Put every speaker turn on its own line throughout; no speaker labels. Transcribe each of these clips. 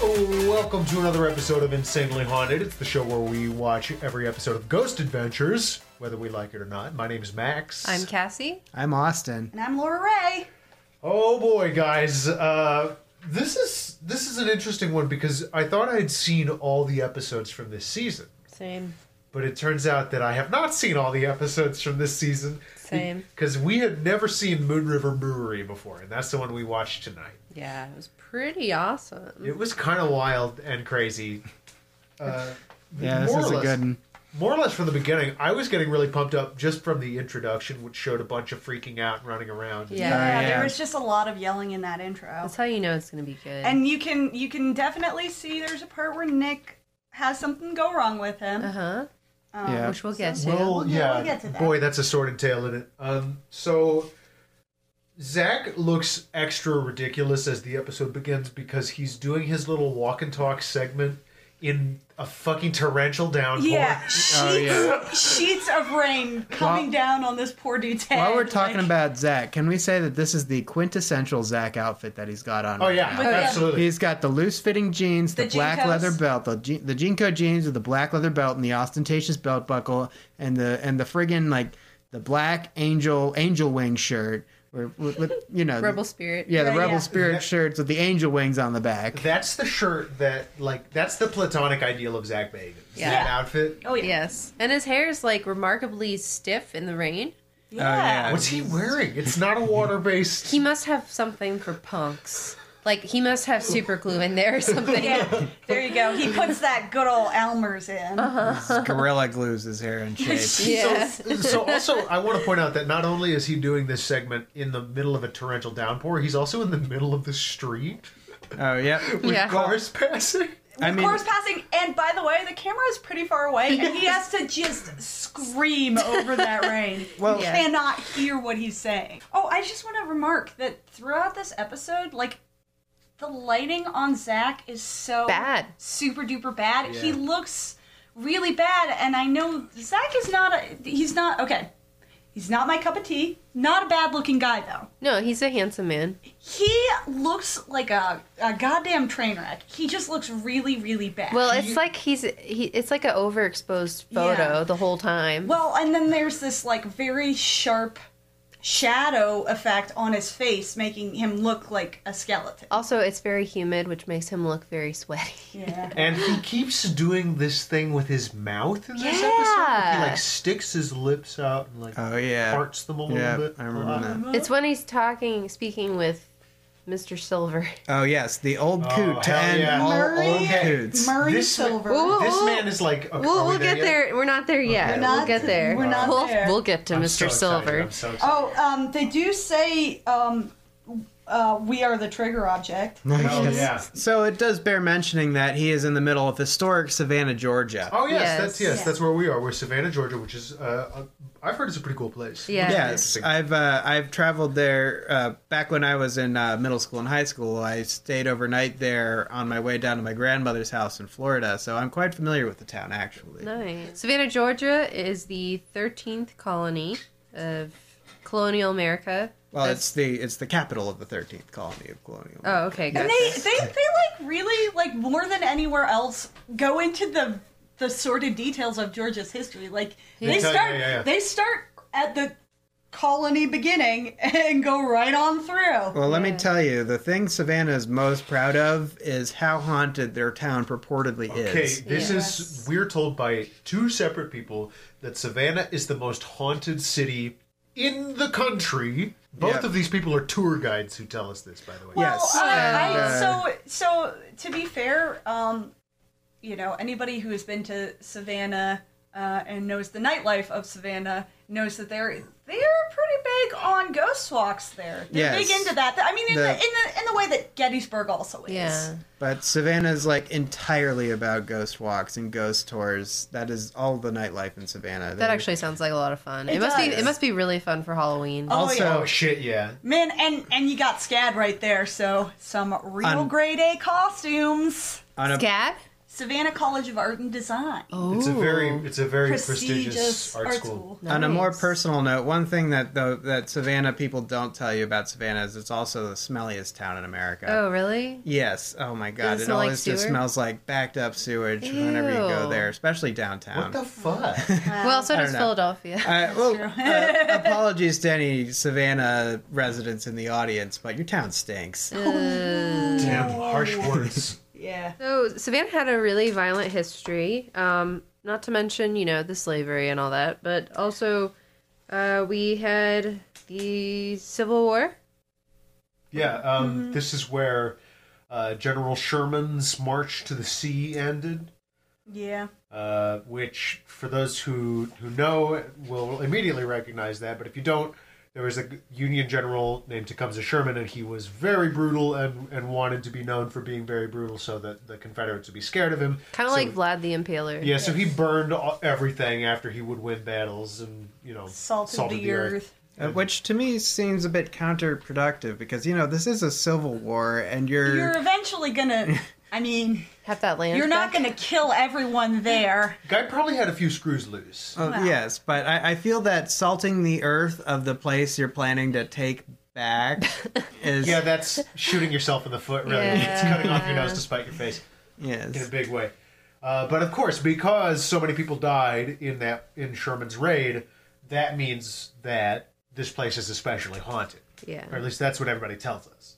Oh, Welcome to another episode of Insanely Haunted. It's the show where we watch every episode of Ghost Adventures, whether we like it or not. My name's Max.
I'm Cassie.
I'm Austin.
And I'm Laura Ray.
Oh boy, guys, uh, this is this is an interesting one because I thought I had seen all the episodes from this season,
Same.
but it turns out that I have not seen all the episodes from this season.
Same.
Because we had never seen Moon River Brewery before, and that's the one we watched tonight.
Yeah, it was pretty awesome.
It was kind of wild and crazy. Uh,
Yeah, this
more
is
or
a
less-
good one.
More or less from the beginning, I was getting really pumped up just from the introduction, which showed a bunch of freaking out, and running around.
Yeah.
Oh, yeah.
there was just a lot of yelling in that intro.
That's how you know it's gonna be good.
And you can you can definitely see there's a part where Nick has something go wrong with him.
uh huh.
Um,
Yeah.
Which we'll get to.
Well,
We'll get-
yeah.
we'll get to that.
Boy, that's a sordid tale in it. Um, so Zach looks extra ridiculous as the episode begins because he's doing his little walk and talk segment in a fucking torrential downpour.
Yeah, sheets,
Oh, yeah.
sheets of rain coming
While-
down on this poor dude's head.
While we're talking
like-
about Zach, can we say that this is the quintessential Zach outfit that he's got on?
Oh
right
yeah,
now?
yeah.
absolutely.
He's got the loose fitting jeans, the,
The
black
Jinkos.
leather belt, the je- the Jinko jeans with the black leather belt and the ostentatious belt buckle and the and the friggin' like the black angel angel wing shirt or with, with you know
Rebel spirit.
yeah the
Yeah,
rebel
yeah.
spirit
Yeah.
shirts with the angel wings on the back.
That's the shirt that like that's the platonic ideal of Zach Bagans.
Yeah.
That outfit.
Oh yeah.
Yes. And his hair is like remarkably stiff in the rain.
Oh, yeah.
What's he wearing? It's not a water based.
He must have something for punks. Like he must have super glue in there or something.
Yeah, there you go. He puts that good old Elmer's in.
Gorilla glues his hair in shape.
Yeah.
So, so also, I want to point out that not only is he doing this segment in the middle of a torrential downpour, he's also in the middle of the street
oh yep.
with
Yeah.
cars passing.
I mean
Course passing, and by the way, the camera is pretty far away, and he has to just scream over that rain.
Well-
you
Yeah.
cannot hear what he's saying. Oh, I just want to remark that throughout this episode, like the lighting on Zach is so
Bad.
super duper bad.
Yeah.
He looks really bad, and I know Zach is not a. He's not okay. He's not my cup of tea. Not a bad looking guy though.
No, he's a handsome man.
He looks like a, a goddamn train wreck. He just looks really, really bad.
Well, it's like he's he. It's like an overexposed photo
Yeah.
the whole time.
Well, and then there's this like very sharp shadow effect on his face, making him look like a skeleton.
Also, it's very humid, which makes him look very sweaty.
Yeah.
And he keeps doing this thing with his mouth in this
Yeah.
episode. He like sticks his lips out and like
Oh yeah.
parts them a little
Yeah,
bit. Uh,
I remember that.
It's when he's talking, speaking with Mr. Silver.
Oh yes, the old
Oh,
coot to
hell
end
yeah.
all
Murray-
old coots.
Murray
This-
Silver.
Ooh.
This man is like. Okay,
We'll,
are we
we'll get
yet?
there. We're not there yet.
We're
we'll
not-
get there.
we're not
we'll,
there.
we'll get to
I'm so
Mr.
excited.
Silver.
I'm so excited.
Oh, um, they do say um, uh, we are the trigger object.
Oh, yeah.
So it does bear mentioning that he is in the middle of historic Savannah, Georgia.
Oh yes,
Yes.
that's yes,
Yeah.
that's where we are. We're Savannah, Georgia, which is uh, a- I've heard it's a pretty cool place.
Yeah.
Yes, I've uh, I've traveled there uh, back when I was in uh, middle school and high school. I stayed overnight there on my way down to my grandmother's house in Florida, so I'm quite familiar with the town actually.
Nice. Savannah, Georgia is the 13th colony of colonial America.
Well,
That's-
it's the it's the capital of the 13th colony of colonial.
Oh, okay.
And
Gotcha.
they, they, they like really like more than anywhere else go into the the sordid details of Georgia's history. Like they,
tell you,
start
yeah, yeah.
they start at the colony beginning and go right on through.
Well, let me tell you, the thing Savannah is most proud of is how haunted their town purportedly
Okay,
is.
this is
Yes.
we're told by two separate people that Savannah is the most haunted city in the country. Both
Yeah.
of these people are tour guides who tell us this, by the way.
Yes.
Well, uh,
and,
I-
uh,
so so to be fair, um, you know anybody who has been to Savannah. uh, and knows the nightlife of Savannah, knows that they're they're pretty big on ghost walks there. They're
Yes.
big into that. I mean, in the,
The-
in the in the way that Gettysburg also is.
Yeah.
But Savannah's like entirely about ghost walks and ghost tours. That is all the nightlife in Savannah.
That actually sounds like a lot of fun. It,
It
must be
does.
it must be really fun for Halloween.
Oh,
also
yeah.
Oh shit, yeah.
Man, and and you got Scad right there, so some real
On-
grade A costumes.
on a
Scab?
Savannah College of Art and Design.
Oh.
It's a very it's a very prestigious,
Prestigious
art, school.
on a more
Nice.
personal note, one thing that though that Savannah people don't tell you about Savannah is it's also the smelliest town in America.
Oh, really?
Yes. Oh my god.
it
It,
smell like
always just
sewer?
smells like backed up sewage whenever you
Ew.
go there, especially downtown.
What the fuck?
Well, so
I
does
don't know.
Philadelphia.
uh, well, uh, apologies to any Savannah residents in the audience, but your town stinks.
Uh,
Damn harsh words.
Yeah.
So Savannah had a really violent history. Um, not to mention, you know, the slavery and all that, but also uh, we had the Civil War.
Yeah, um, this is where uh, General Sherman's march to the sea ended,
Yeah.
uh, which, for those who who know, will immediately recognize that. But if you don't, there was a Union general named Tecumseh Sherman, and he was very brutal and and wanted to be known for being very brutal, so that the Confederates would be scared of him.
Kind of
So-
like Vlad the Impaler.
Yeah, so he burned all- everything after he would win battles, and you know,
Salt of the, earth.
Uh, which to me seems a bit counterproductive because, you know, this is a civil war and you're.
You're eventually gonna. I mean,
Have that land.
you're not
back.
gonna kill everyone there.
Guy probably had a few screws loose.
Oh, Yes, but I, I feel that salting the earth of the place you're planning to take back is.
Yeah, that's shooting yourself in the foot, really. It's cutting off your nose to spite your face in a
yes.
big way. Uh, but of course, because so many people died in that in Sherman's raid, that means that this place is especially haunted.
Yeah.
Or at least that's what everybody tells us.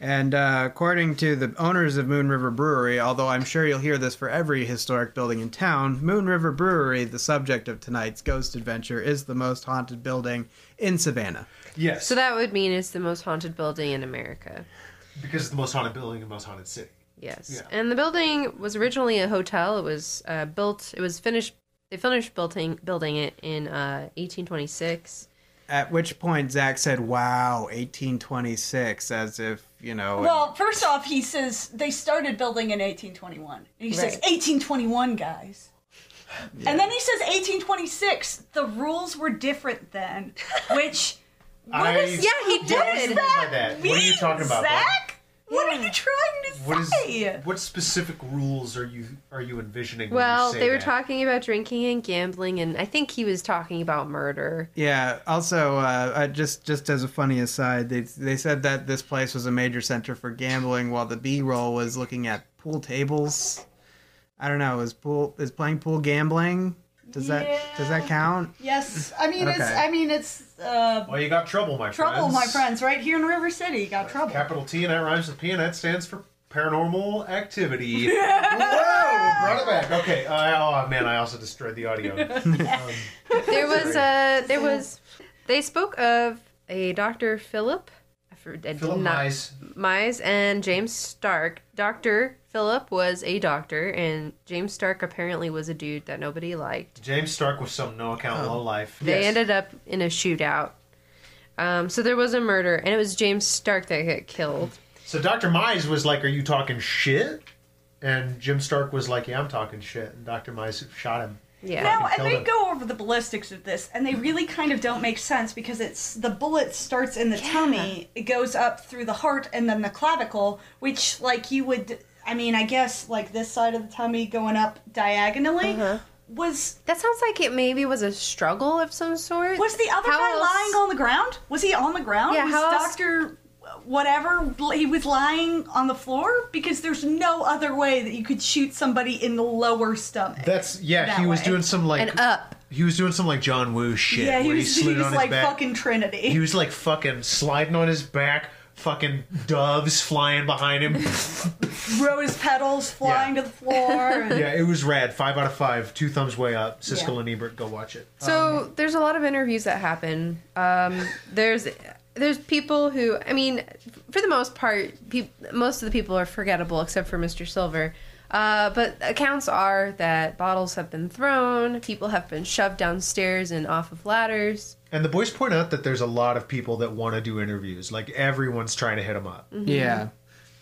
And uh, according to the owners of Moon River Brewery, although I'm sure you'll hear this for every historic building in town, Moon River Brewery, the subject of tonight's ghost adventure, is the most haunted building in Savannah.
Yes,
So that would mean it's the most haunted building in America.
because it's the most haunted building in the most haunted city.
Yes.
Yeah.
And the building was originally a hotel. It was uh, built. It was finished. They finished building building it in uh, 1826.
At which point, Zach said, Wow, 1826, as if, you know.
Well, first off, he says they started building in 1821. And he says
Right.
1821, guys. And then he says 1826. The rules were different then, which
I,
is-
Yeah, he did.
What do you mean by that? What are you
means,
talking about?
Zach? What are you trying to
What is
say?
what specific rules are you are you envisioning? when you
Well,
say
they were
that?
talking about drinking and gambling, and I think he was talking about murder.
Yeah. Also, uh, I just just as a funny aside, they they said that this place was a major center for gambling, while the B roll was looking at pool tables. I don't know. Is pool is playing pool gambling? Does that does that count?
Yes, I mean it's.
Okay.
I mean it's. Uh,
Well, you got trouble, my
trouble,
friends.
my friends. Right here in River City, got trouble.
Capital T and that rhymes with P and that stands for paranormal activity. Whoa! Brought it back. Okay. I, oh man, I also destroyed the audio.
There was uh, there was. They spoke of a Doctor Philip. I for- I did
Philip
not-
Mize.
Mize and James Stark. Doctor Philip was a doctor, and James Stark apparently was a dude that nobody liked.
James Stark was some no account low life.
Oh. They ended up in a shootout. Um, so there was a murder, and it was James Stark that got killed.
So Dr. Mize was like, "Are you talking shit?" And Jim Stark was like, "Yeah, I'm talking shit." And Dr. Mize shot him.
Yeah.
Now,
Fucking
and they
killed
go over the ballistics of this, and they really kind of don't make sense because it's the bullet starts in the tummy, it goes up through the heart, and then the clavicle, which, like, you would, I mean, I guess, like, this side of the tummy going up diagonally
Uh-huh.
was
That sounds like it maybe was a struggle of some sort.
was the other
How
guy
else-
lying on the ground? Was he on the ground?
Yeah,
was
how else-
Doctor whatever he was lying on the floor because there's no other way that you could shoot somebody in the lower stomach.
That's yeah.
That
he was
way.
doing some like
and up?
he was doing some like John Woo shit.
yeah, he
where
was,
he slid
he was
on his
like
back.
fucking Trinity.
He was like fucking sliding on his back. Fucking doves flying behind him.
rose petals flying
Yeah.
to the floor. and-
yeah, it was rad. Five out of five. Two thumbs way up. Siskel and Ebert, go watch it.
So there's a lot of interviews that happen. Um, there's there's people who I mean, for the most part, peop most of the people are forgettable except for Mr. Silver. Uh, but accounts are that bottles have been thrown, people have been shoved downstairs and off of ladders.
And the boys point out that there's a lot of people that want to do interviews. Like everyone's trying to hit them up.
Mm-hmm.
Mm-hmm.
Yeah.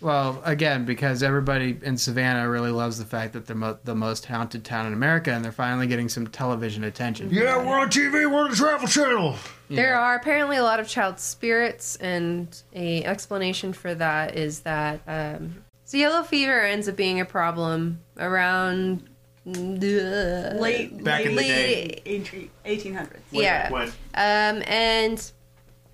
Well, again, because everybody in Savannah really loves the fact that they're mo- the most haunted town in America, and they're finally getting some television attention.
Yeah, we're on TV. We're on the Travel Channel.
There are apparently a lot of child spirits, and a explanation for that is that um, so yellow fever ends up being a problem around
Late,
Back in the
late 1800s.
yeah,
When-
um, and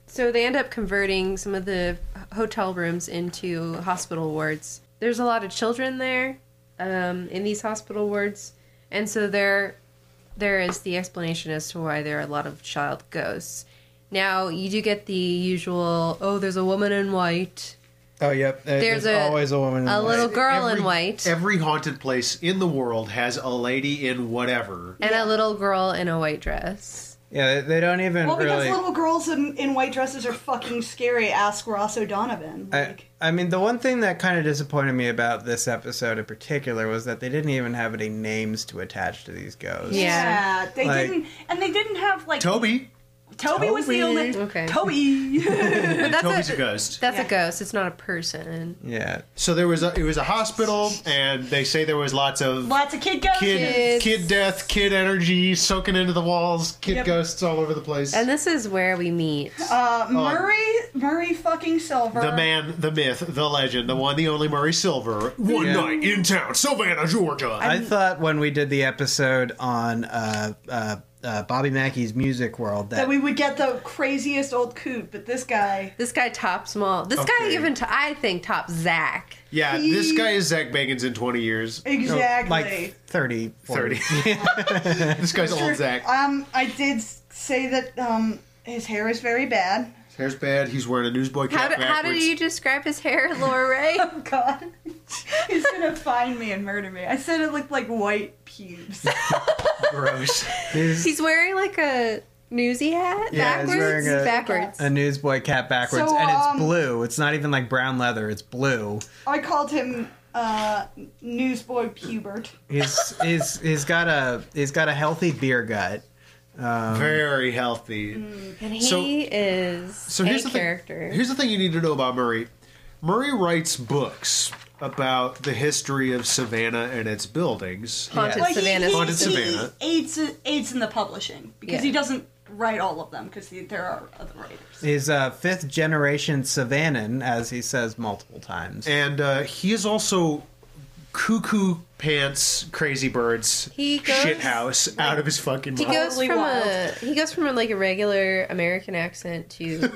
so they end up converting some of the hotel rooms into hospital wards. There's a lot of children there um, in these hospital wards, and so there there is the explanation as to why there are a lot of child ghosts. Now you do get the usual oh, there's a woman in white,
Oh, yep. There-
There's
There's,
a-
always a woman. In
a
white.
little girl
Every-
in white,
Every haunted place in the world has a lady in whatever.
and a little girl in a white dress.
Yeah, they- they don't even
Well, because
really.
little girls in, in white dresses are fucking scary. Ask Ross O'Donovan.
I,
Like,
I mean, the one thing that kind of disappointed me about this episode in particular was that they didn't even have any names to attach to these ghosts.
Yeah.
they
Like-
didn't, and they didn't have like Toby,
Toby.
was the only
Okay.
Toby.
But that's
Toby's
a,
a ghost.
That's a
Yeah.
ghost. It's not a person.
Yeah.
So there was a, it was a hospital, and they say there was lots of
Lots of kid ghosts.
kid
Kids.
kid death, kid energy soaking into the walls, kid
Yep.
ghosts all over the place.
And this is where we meet.
Uh, Murray, Murray fucking Silver.
the man, the myth, the legend, the one, the only Murray Silver. One
Yeah.
night in town, Savannah, Georgia.
I thought when we did the episode on uh, uh, uh, Bobby Mackey's Music World that,
That we would get the craziest old coot, but this guy.
This guy tops Small. This guy
Okay.
even to I think tops Zach.
yeah, this guy is Zach Bagans in 20 years.
Exactly.
Oh, like 30, 40.
30. this guy's old Zach.
Um, I did s- say that um, his hair is very bad.
His hair's bad. He's wearing a newsboy
How,
cap
do, how
backwards.
did you describe his hair, Laura Ray?
Oh God, he's gonna find me and murder me. I said it looked like white pubes.
Gross.
He's
He's wearing like a newsy hat
Yeah,
backwards.
he's wearing a-
backwards.
a newsboy cap backwards,
So,
and it's
um,
blue. It's not even like brown leather. It's blue.
I called him uh, newsboy pubert.
He's he's he's got a he's got a healthy beer gut.
Very healthy.
and he
so-
is
So
a
here's the
character.
Thing, here's the thing you need to know about Murray. Murray writes books about the history of Savannah and its buildings.
Haunted
Well, he-
Savannah.
he-
Haunted
he
Savannah.
Aids aids in the publishing because
Yeah.
he doesn't write all of them because there are other writers.
He's a fifth generation Savannan, as he says multiple times.
And uh, he is also cuckoo pants, crazy birds,
He goes-
shit house out of his fucking
He
mind.
goes
Totally
from
wild.
a he goes from like a regular American accent to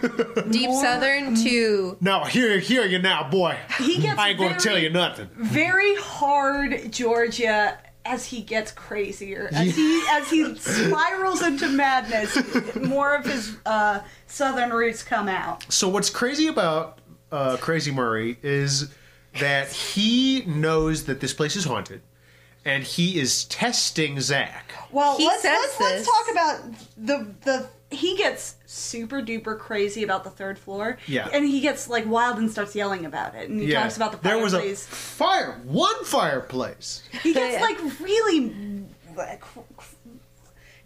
deep Southern to
now here, here you now, boy.
He gets
I ain't gonna
very-
tell you nothing.
very hard Georgia as he gets crazier as he as he spirals into madness more of his uh, southern roots come out
So what's crazy about uh, Crazy Murray is that he knows that this place is haunted, and he is testing Zach.
well
He
let's,
says
let's,
this.
let's talk about the the he gets super duper crazy about the third floor
Yeah.
and he gets like wild and starts yelling about it and he talks about the
there was a
fireplace
fire, one fireplace.
he gets
Yeah.
like really like,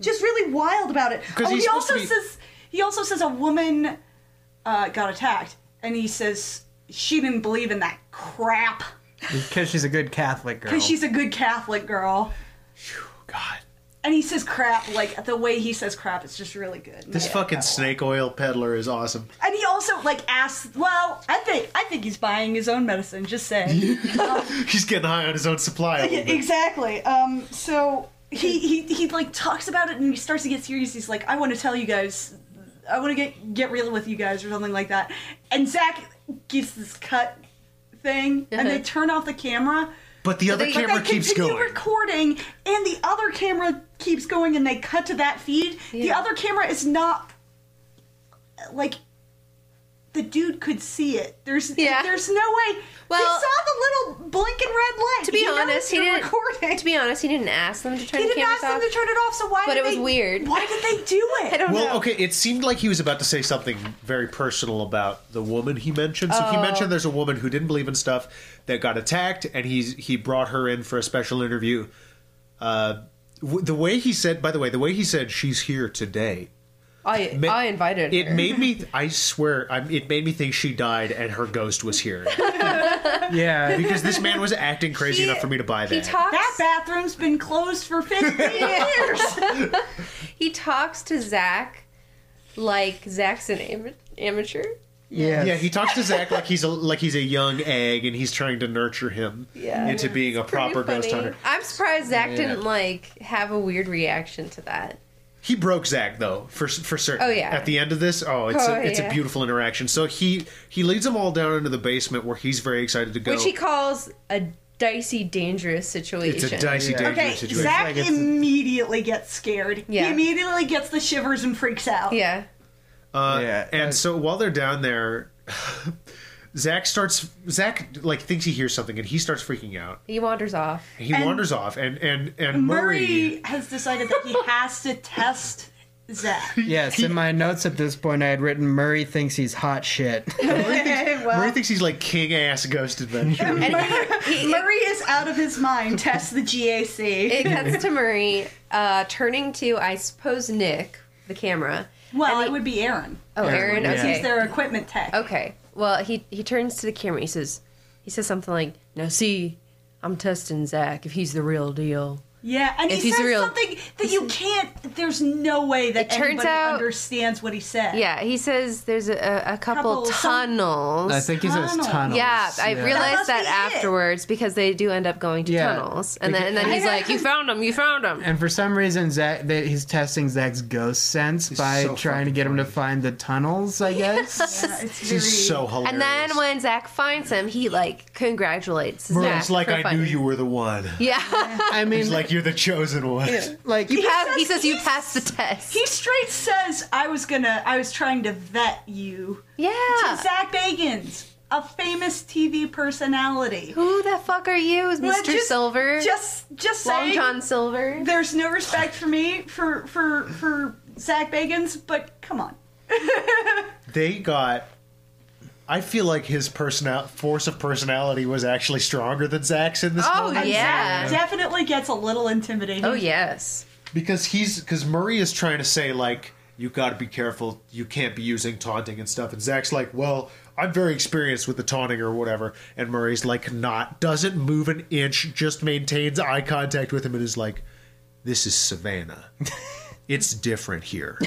just really wild about it
'Cause
oh
he's
he
supposed
also
to be-
says he also says a woman uh, got attacked and he says she didn't believe in that crap
Because she's a good Catholic girl.
because she's a good catholic girl
God,
and he says crap like the way he says crap is just really good
this fucking snake oil peddler is awesome.
and he also like asks well i think i think he's buying his own medicine just saying
He's getting high on his own supply. a little
Yeah,
bit.
exactly. Um, so he, he he like talks about it and he starts to get serious. He's like, I want to tell you guys, I want to get get real with you guys or something like that. And Zach gets this cut thing, and they turn off the camera.
But the other
they- but
camera
they
keeps
continue
going.
recording, and the other camera keeps going, and they cut to that feed. The
Yeah.
other camera is not like the dude could see it. There's
Yeah.
there's no way.
Well-
he saw the little blinking red light.
To be
He knows
honest, he
you're
didn't.
Recording.
To be honest, he didn't ask them to turn
he
the
didn't
cameras
ask
off.
them to turn it off. So why?
But
did
it was
they-
weird.
Why did they do it?
I don't
Well,
know.
okay, it seemed like he was about to say something very personal about the woman he mentioned. So he
Oh.
mentioned there's a woman who didn't believe in stuff that got attacked, and he's he brought her in for a special interview. Uh, w- the way he said, by the way, the way he said she's here today.
I
ma-
I invited
It
her.
made me. I swear, I, it made me think she died and her ghost was here
Yeah.
because this man was acting crazy
He-
enough for me to buy that.
he talks.
That bathroom's been closed for 15 years.
He talks to Zach like Zach's an ama- amateur.
Yes.
yeah, he talks to Zach like he's a like he's a young egg, and he's trying to nurture him
Yeah.
into being a
Pretty
proper ghost
funny.
hunter.
I'm surprised Zach
Yeah.
didn't like have a weird reaction to that.
He broke Zach though for for certain.
Oh, yeah.
At the end of this, oh, it's
Oh,
a, it's
yeah.
a beautiful interaction. So he he leads them all down into the basement where he's very excited to go.
Which he calls a dicey, dangerous situation.
it's a dicey,
Yeah.
dangerous
Okay,
situation.
Zach
Like it's-
immediately gets scared.
Yeah.
He immediately gets the shivers and freaks out.
yeah.
Uh,
Yeah,
and
like-
so while they're down there, Zach starts Zach like thinks he hears something and he starts freaking out.
He wanders off.
He
And-
wanders off and and and Murray.
Murray has decided that he has to test Zach.
Yes, in my notes at this point, I had written Murray thinks he's hot shit.
Murray thinks,
Well.
Murray thinks he's like king ass ghost adventure.
uh, And he, he-
Murray is out of his mind. Test the GAC.
it cuts to Murray uh, turning to, I suppose, Nick, the camera.
well,
and
it
he-
would be Aaron.
Oh, Aaron.
yeah.
Okay.
He's their equipment tech.
Okay. Well, he he turns to the camera. He says, he says something like, "Now see, I'm testing Zach if he's the real deal."
Yeah, and
If
he
he's
says
real-
something that you can't. There's no way that
It turns
anybody
out-
understands what he said.
Yeah. He says there's a, a couple,
Couple- some-
tunnels.
I think he says
Tunnels.
tunnels.
yeah, I realized
must
that,
be it.
afterwards because they do end up going to
Yeah.
tunnels, and then
Because-
and then he's
I-
like, "You found him! You found him!"
And for some reason, Zach they, he's testing Zach's ghost sense by
so
trying to get him to find the tunnels. I guess.
Yeah, it's very,
he's so hilarious.
And then when Zach finds him, he like congratulates Zach.
Murray's like,
for
I knew
finding-
you were the one.
Yeah,
I mean,
He's like, you're the chosen one.
like
you pass, he
says-
says you
he
passed the test.
He straight says, "I was gonna. I was trying to vet you."
yeah.
Zach Bagans, a famous TV personality.
Who the fuck are you, Is
But
Mr. Silver?
Just, just
Long
saying.
John Silver.
There's no respect for me for for for Zach Bagans, but come on.
they got. I feel like his personal force of personality was actually stronger than Zach's in this
Oh
moment
yeah.
Definitely gets a little intimidating.
Oh yes.
because he's because Murray is trying to say like you got to be careful, you can't be using taunting and stuff, and Zach's like, well, I'm very experienced with the taunting or whatever, and Murray's like, not doesn't move an inch, just maintains eye contact with him, and is like, this is Savannah. It's different here.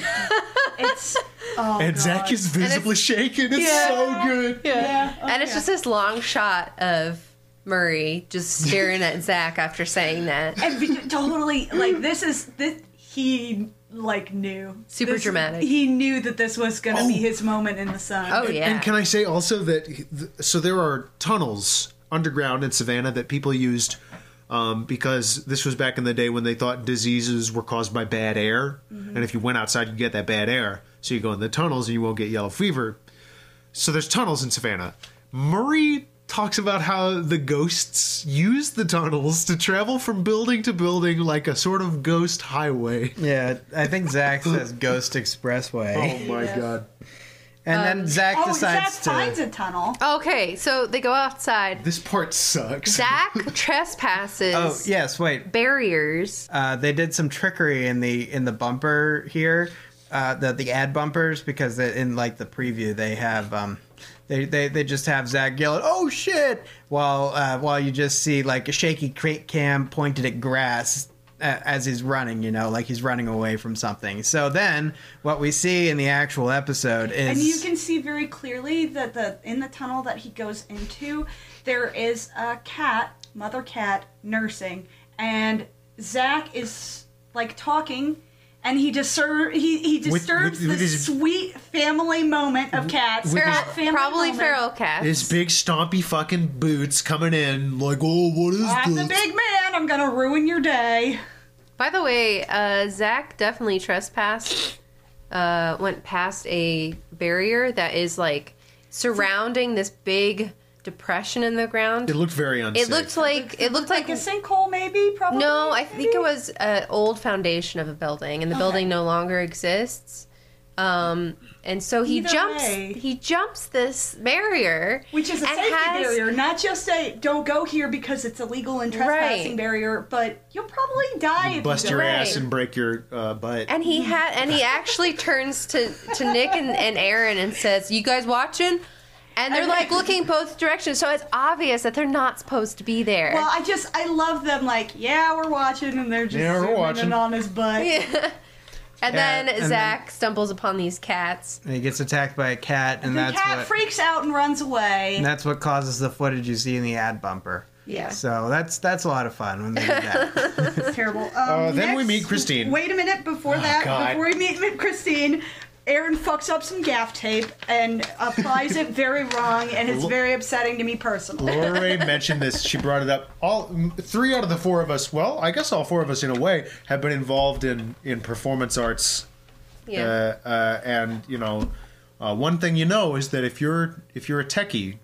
It's oh,
And
God.
Zach is visibly shaken. It's
Yeah.
so good.
Yeah, oh,
and it's
yeah.
just this long shot of Murray just staring at Zach after saying that.
and be- totally like this is this he like knew
Super
This-
dramatic.
He knew that this was gonna be his moment in the sun.
Oh yeah.
And can I say also that th- so there are tunnels underground in Savannah that people used um, because this was back in the day when they thought diseases were caused by bad air,
Mm-hmm.
and if you went outside, you'd get that bad air. So you go in the tunnels and you won't get yellow fever. So there's tunnels in Savannah. Murray talks about how the ghosts use the tunnels to travel from building to building like a sort of ghost highway.
yeah, I think Zach says Ghost Expressway,
Oh, my god.
and then Zach
Oh, Zach
decides to.
finds a tunnel.
okay, so they go outside.
This part sucks.
Zach trespasses
Oh yes, wait.
barriers.
Uh, they did some trickery in the in the bumper here, uh, the the ad bumpers because they, in like the preview they have um, they, they they just have Zach yelling oh shit while uh, while you just see like a shaky cra- cam pointed at grass. Uh, as he's running, you know, like he's running away from something. So then, what we see in the actual episode is
And you can see very clearly that the in the tunnel that he goes into, there is a cat, mother cat, nursing, and Zach is like talking, and he disturb he he
with-
disturbs
with
the
his-
sweet family moment of cats.
with his-
That family
Probably
moment.
feral cats.
His big stompy fucking boots coming in, like, oh, what is
I'm the
this?
big man. I'm gonna ruin your day.
By the way, uh, Zach definitely trespassed. Uh, went past a barrier that is like surrounding this big depression in the ground.
It looked very unsafe.
It looked like it looked like
Like a sinkhole, maybe? Probably?
no. I think it was an old foundation of a building, and the building no longer exists. Um, and so he
Either
jumps.
way.
He jumps this barrier,
Which is a
and
safety
has-
barrier, not just a don't go here because it's illegal and trespassing
Right.
barrier, but you'll probably die if
Bust
you
your
don't.
ass and break your uh, butt.
And he had, and he actually turns to to Nick and, and Aaron and says, "You guys watching?" And they're like looking both directions, so it's obvious that they're not supposed to be there.
Well, I just I love them. Like, yeah, we're watching, and they're just
Yeah, we're
zooming
watching.
in on his butt.
and
Yeah,
then
and then-
Zach stumbles upon these cats.
And he gets attacked by a cat, and
The
that's
cat
what
freaks out and runs away.
and that's what causes the footage you see in the ad bumper.
Yeah.
So that's that's a lot of fun when they do that.
That's terrible. Um,
Oh, then we
next-
meet Christine. Oh,
Wait a minute before that.
God.
Before we meet with Christine. Aaron fucks up some gaff tape and applies it very wrong, and it's very upsetting to me personally.
Laura Ray mentioned this. She brought it up. All m- three out of the four of us. Well, I guess all four of us, in a way, have been involved in in performance arts.
Yeah.
Uh, uh, and you know, uh, one thing you know is that if you're if you're a techie,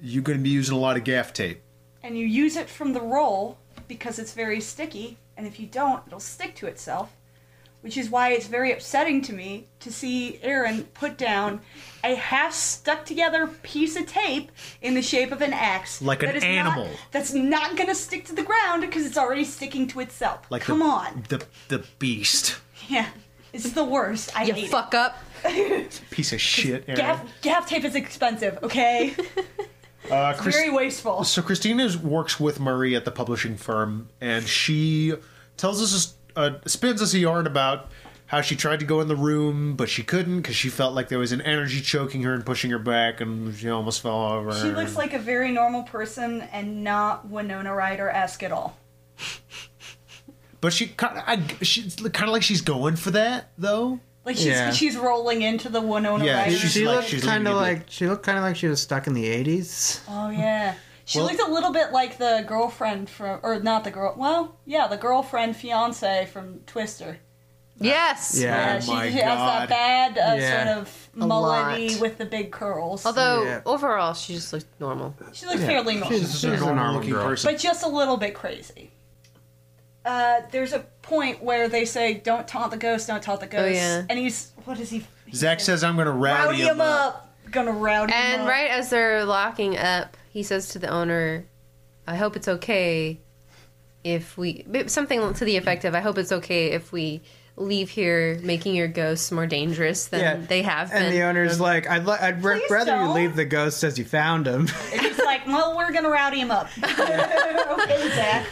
you're going to be using a lot of gaff tape.
And you use it from the roll because it's very sticky, and if you don't, it'll stick to itself, which is why it's very upsetting to me to see Aaron put down a half stuck together piece of tape in the shape of an axe.
Like an
that is not-
animal.
that's not gonna stick to the ground because it's already sticking to itself.
Like
Come
the,
on.
the the beast
Yeah. It's the worst. I
You
hate
fuck up.
piece of shit.
it.
Aaron.
Gaff, gaff tape is expensive, okay?
Uh, Chris-
Very wasteful.
So Christina is- works with Marie at the publishing firm, and she tells us, a, a- spins us a yarn about how she tried to go in the room, but she couldn't because she felt like there was an energy choking her and pushing her back, and she almost fell over.
She looks like a very normal person and not Winona Ryder esque at all.
but she kind of, she's kind of like she's going for that though.
Like she's
Yeah.
she's rolling into the Winona
Yeah,
Ryder.
she's
she
like-
looked
she's
kind of
leaving it.
like she looked kind of like she was stuck in the '80s.
oh yeah. She
Well-
looked a little bit like the girlfriend from, or not the girl. Well, yeah, the girlfriend fiance from Twister.
Yes.
Yeah.
Yeah,
Oh
she,
my
she has
God.
that bad uh,
Yeah.
sort of
lot.
mullety with the big curls.
Although
Yeah.
overall, she just looked normal.
she looks fairly normal,
She's, she's a normal
looking
girl.
person.
but just a little bit crazy. Uh, there's a point where they say, "Don't taunt the ghost, don't taunt the ghost,"
Oh, yeah.
and he's what is he? he
Zach
said,
says, "I'm going to rowdy,
"Rowdy him up, gonna rowdy him
And
up."
right as they're locking up, he says to the owner, "I hope it's okay if we something to the effect of I hope it's okay if we leave here making your ghosts more dangerous than
Yeah.
they have been."
And the owner's like, I'd, li- I'd r-
Please
rather you
don't.
leave the ghost as you found him.
And he's like, "Well, we're gonna rowdy him up." okay, Zach.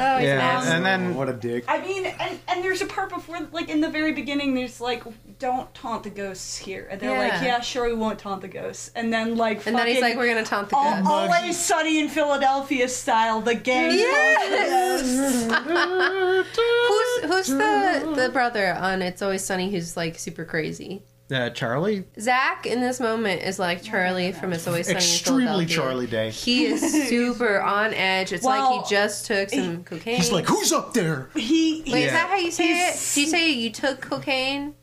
oh, he's an
yeah,
asshole.
and then
what a dick.
I mean, and, and there's a part before, like in the very beginning, there's like, don't taunt the ghosts here, and they're
Yeah.
like, yeah, sure, we won't taunt the ghosts, and then like,
And then he's like,
fucking
"We're gonna taunt the
all,
ghost."
always sunny in Philadelphia style, the gang.
Yes. who's who's the the brother on It's Always Sunny who's like super crazy?
uh, Charlie.
Zach in this moment is like Charlie from It's Always Sunny. in
Extremely
Philadelphia.
Charlie Day.
He is super on edge. It's like
Well,
he just took some cocaine.
He's like, "Who's up there?"
He,
Wait,
he
is that how you say it?
He's-
Do you say you took cocaine?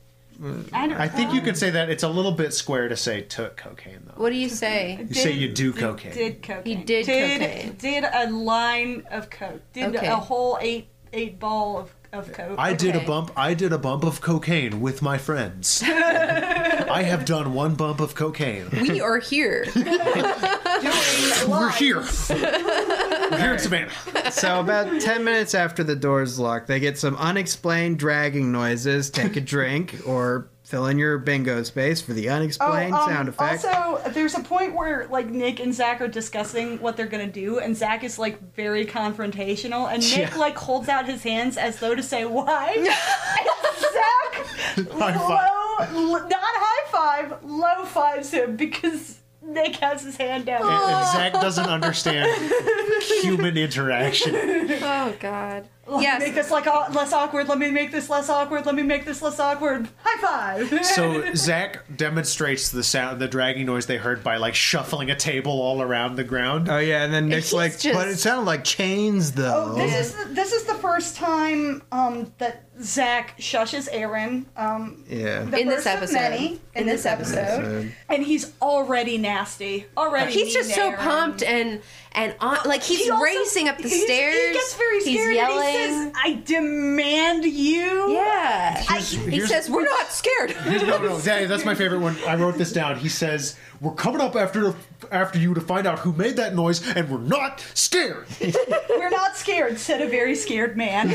I, don't
I think you could say that. It's a little bit square to say took cocaine though.
What do you say?
You say you do cocaine.
Did cocaine?
He did
did,
cocaine.
Did a line of coke? Did
Okay.
a whole eight eight ball of of coke?
I did a
Okay.
bump. I did a bump of cocaine with my friends. I have done one bump of cocaine.
We are here.
We're here. We're here in Savannah.
So about ten minutes after the doors lock, they get some unexplained dragging noises. Take a drink or fill in your bingo space for the unexplained
um,
sound effect.
Also, there's a point where like Nick and Zach are discussing what they're gonna do, and Zach is like very confrontational, and Nick
Yeah.
like holds out his hands as though to say why. and Zach
High
low, l- not high five, low fives him because Nick has his hand down.
Oh.
And, and Zach doesn't understand human interaction.
oh God.
Let
Yes.
me make this like au- less awkward. Let me make this less awkward. Let me make this less awkward. High
Oh.
five.
So Zach demonstrates the sound, the dragging noise they heard by like shuffling a table all around the ground.
Oh yeah, and then Nick's
he's
like,
just-
but it sounded like chains though.
Oh, this is the, this is the first time um, that Zach shushes Aaron. Um,
yeah.
the
In this
first of
episode.
many in,
In
this,
this
episode.
episode.
and he's already nasty. Already,
He's just
mean
so
Aaron.
pumped and and on, like he's
He also-
racing up the
he's-
stairs.
He gets very scared.
He's yelling.
And he says, "I demand you."
yeah. he
here's-
says, "We're not scared."
No, no, Daddy, that's my favorite one. I wrote this down. He says, "We're coming up after after you to find out who made that noise, and we're not scared."
We're not scared," said a very scared man.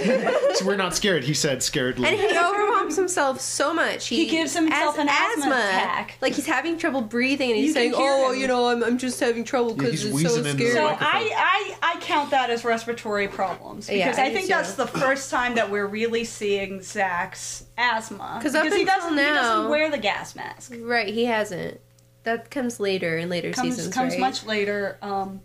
So we're not scared. He said scaredly.
And he overwhelms himself so much. He,
gives
has
himself an asthma attack.
Like he's having trouble breathing, and he's
You can
saying,
hear
"Oh, well,
him."
you know, I'm, I'm just having trouble
Yeah,
because
he's
it's so
wheezing into the
scary."
So
microphone.
I, I, I count that as respiratory problems
Yeah,
because
I
I
do
think
too.
that's the first time that we're really seeing Zach's asthma.
'Cause up
he
until
doesn't he doesn't
now-
wear the gas mask.
right, he hasn't. That comes later in later
Comes
seasons.
comes
right?
much later, um,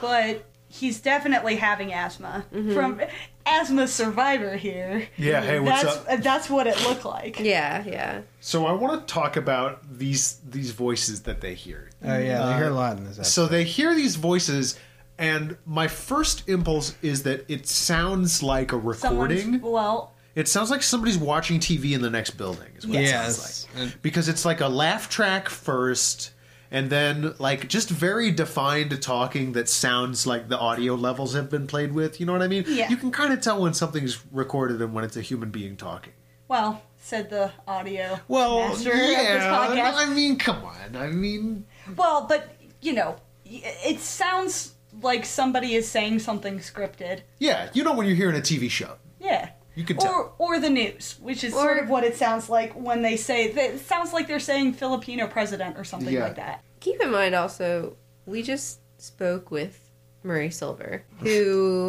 but he's definitely having asthma
Mm-hmm.
from asthma survivor here.
Yeah, hey, what's
that's,
up?
That's what it looked like.
Yeah, yeah.
so I want to talk about these these voices that they hear.
Oh yeah, they hear a lot in this episode.
So they hear these voices, and my first impulse is that it sounds like a
Someone's-
recording.
Well,
It sounds like somebody's watching TV in the next building. Is what it
yes. Uh,
sounds like. Because it's like a laugh track first, and then like just very defined talking that sounds like the audio levels have been played with. You know what I mean?
Yeah.
You can kind of tell when something's recorded and when it's a human being talking.
well, said the audio
Well,
master
yeah.
of this podcast.
I mean, come on. I mean,
Well, but you know, y- it sounds like somebody is saying something scripted.
yeah. You know when you're hearing a TV show,
Yeah.
you can tell.
Or or the news, which is
Or-
sort of what it sounds like when they say it sounds like they're saying Filipino president or something
Yeah.
like that.
Keep in mind also, we just spoke with Murray Silver, who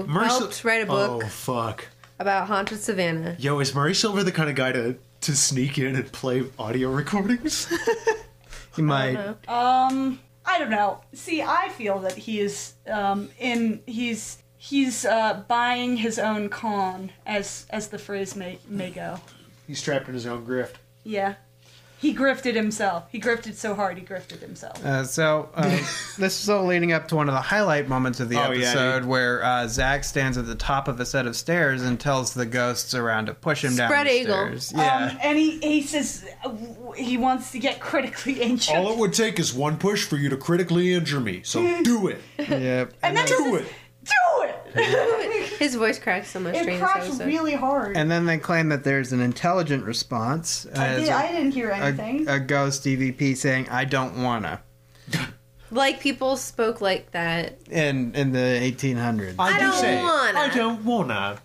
Murray Sil-
helped write a book
Oh fuck.
about haunted Savannah.
Yo, is Murray Silver the kind of guy to to sneak in and play audio recordings?
He might.
Uh-huh. Um, I don't know. See, I feel that he is um in he's he's uh buying his own con as as the phrase may may go.
He's trapped in his own grift.
Yeah. He grifted himself. He grifted so hard he grifted himself.
Uh, so uh, this is all leading up to one of the highlight moments of the
Oh, yeah,
episode,
dude.
where uh, Zach stands at the top of a set of stairs and tells the ghosts around to push him down
Spread
the
eagle.
stairs. Yeah.
Um, and he, he says uh, w- he wants to get critically ancient.
All it would take is one push for you to critically injure me, so do it.
Yep.
and then he
Do
says,
it.
"Do it."
His voice cracks so much during
it
this
cracks
episode.
really hard.
And then they claim that there's an intelligent response.
I,
as
did,
a-
I didn't hear anything.
a, a ghost EVP saying, "I don't wanna."
like people spoke like that.
In in the 1800s.
I,
don't wanna.
I don't wanna.